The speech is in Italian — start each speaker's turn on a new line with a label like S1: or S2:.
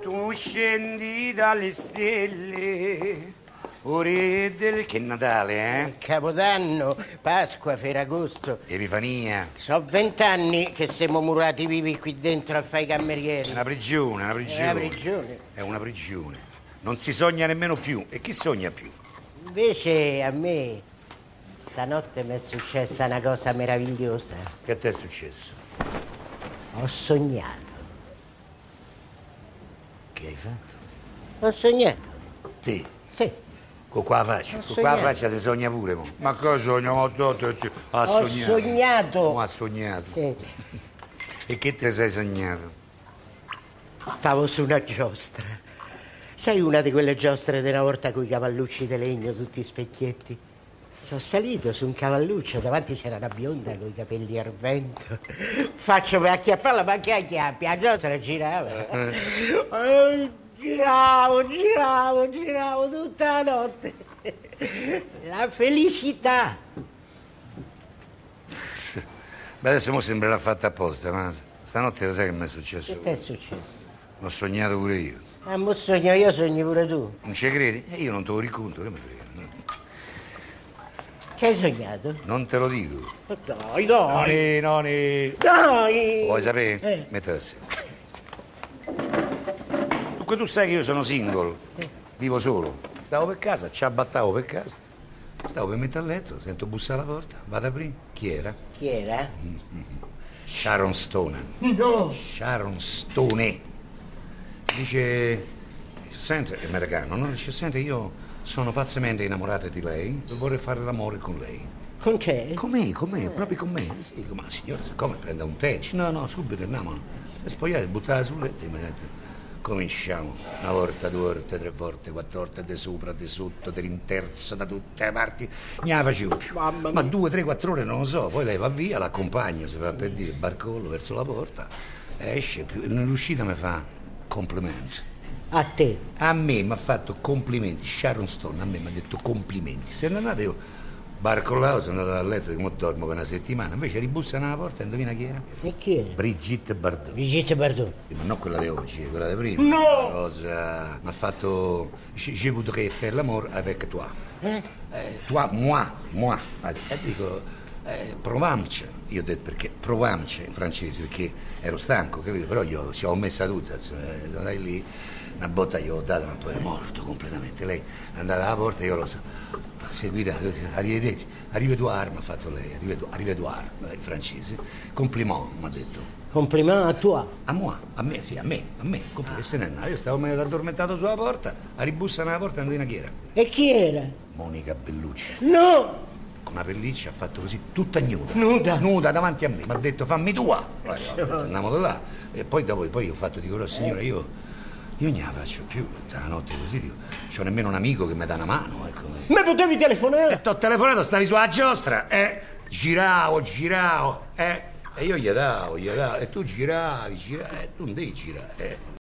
S1: tu scendi dalle stelle, o re del... Che Natale, eh?
S2: Capodanno, Pasqua, Ferragosto.
S1: Epifania.
S2: So vent'anni che siamo murati vivi qui dentro a fare i camerieri.
S1: Una prigione, una
S2: È
S1: prigione.
S2: una prigione.
S1: È una prigione. Non si sogna nemmeno più. E chi sogna più?
S2: Invece a me stanotte mi è successa una cosa meravigliosa.
S1: Che a te è successo?
S2: Ho sognato.
S1: Che hai fatto?
S2: Ho sognato.
S1: Te,
S2: Sì.
S1: con qua la faccia.
S2: Ho
S1: Con qua la
S2: sognato.
S1: faccia si sogna pure, mo.
S3: Ma cosa sogniamo tutto?
S1: Ha
S2: Ho
S1: sognato.
S2: sognato.
S1: Mo ha sognato.
S2: Sì.
S1: E che te sei sognato?
S2: Stavo su una giostra. Sai una di quelle giostre di una volta con i cavallucci di legno, tutti specchietti? Sono salito su un cavalluccio, davanti c'era una bionda con i capelli al vento. Faccio per acchiapparla, ma che acchiappi? La giostra girava. Eh, Giravo, giravo, giravo tutta la notte. La felicità.
S1: Beh, adesso mo sembrerà fatta apposta, ma stanotte lo sai che mi è successo?
S2: Che ti è successo?
S1: L'ho sognato pure io.
S2: Ah, mo sogno io, sogni pure tu.
S1: Non ci credi? E io non te lo racconto, che mi frega.
S2: Che hai sognato?
S1: Non te lo dico.
S2: Dai,
S1: Noni,
S2: dai,
S1: noni.
S2: dai!
S1: Vuoi sapere?
S2: Eh.
S1: Mettete a sedere. Dunque tu sai che io sono single, vivo solo. Stavo per casa, ci abbattavo per casa. Stavo per mettere a letto, sento bussare alla porta, vado a aprire. Chi era?
S2: Chi era?
S1: Sharon Stone.
S2: No!
S1: Sharon Stone. Dice, sente, è americano, no? Dice, sente, io sono pazzamente innamorata di lei, vorrei fare l'amore con lei.
S2: Con c'è?
S1: Com'è, com'è, proprio com'è? Eh. Sì, dico, ma signora, siccome prenda un tè, Dice, no, no, subito andiamo. Si è spogliata, buttata sul letto, immediatamente cominciamo. Una volta, due volte, tre volte, quattro volte, di sopra, di sotto, dell'interso, da tutte le parti. Ne la facevo più.
S2: Mamma
S1: Ma due, tre, quattro ore non lo so, poi lei va via, l'accompagno, si fa per dire, barcollo verso la porta, esce, più, nell'uscita mi fa complimenti.
S2: A te.
S1: A me mi ha fatto complimenti, Sharon Stone a me mi ha detto complimenti. Se non andate io barcollato, sono andato a letto, come dormo per una settimana, invece ribussano alla porta e indovina chi era?
S2: E chi era?
S1: Brigitte Bardot.
S2: Brigitte Bardot.
S1: Eh, Ma non quella di oggi, quella di prima.
S2: No!
S1: Cosa mi ha fatto Je je voudrais faire l'amour avec toi.
S2: Eh?
S1: Eh, toi, moi, moi. E dico, eh, provamci. Io ho detto perché provamci in francese, perché ero stanco, capito? Però io ci ho messa tutta, insomma, eh, sono andato lì, una botta gli ho data, ma poi è morto completamente. Lei è andata alla porta, io l'ho seguita, arrivederci, arrivedoir, mi ha fatto lei, arrivedo- arrivedoir, eh, in francese, compliment, mi ha detto.
S2: Complimenti a tua.
S1: A moi, a me, sì, a me, a me, completo, se n'è andato. Io stavo meglio addormentato sulla porta, a ribussare alla porta e andina chi era?
S2: E chi era?
S1: Monica Bellucci,
S2: No!
S1: con una pelliccia ha fatto così, tutta nuda.
S2: Nuda?
S1: Nuda Eh, davanti a me. Mi ha detto fammi tua. Poi ho detto, Andiamo da là. E poi dopo poi io ho fatto dico, "Però, signora, io, io non ne la faccio più, tutta la notte così, dico, c'ho nemmeno un amico che mi dà una mano, ecco.
S2: Ma potevi telefonare?
S1: E Eh, t'ho telefonato, stavi sulla giostra, eh? Giravo, giravo, eh? E io gli davo, gli davo, e tu giravi, giravi, e tu non devi girare, eh?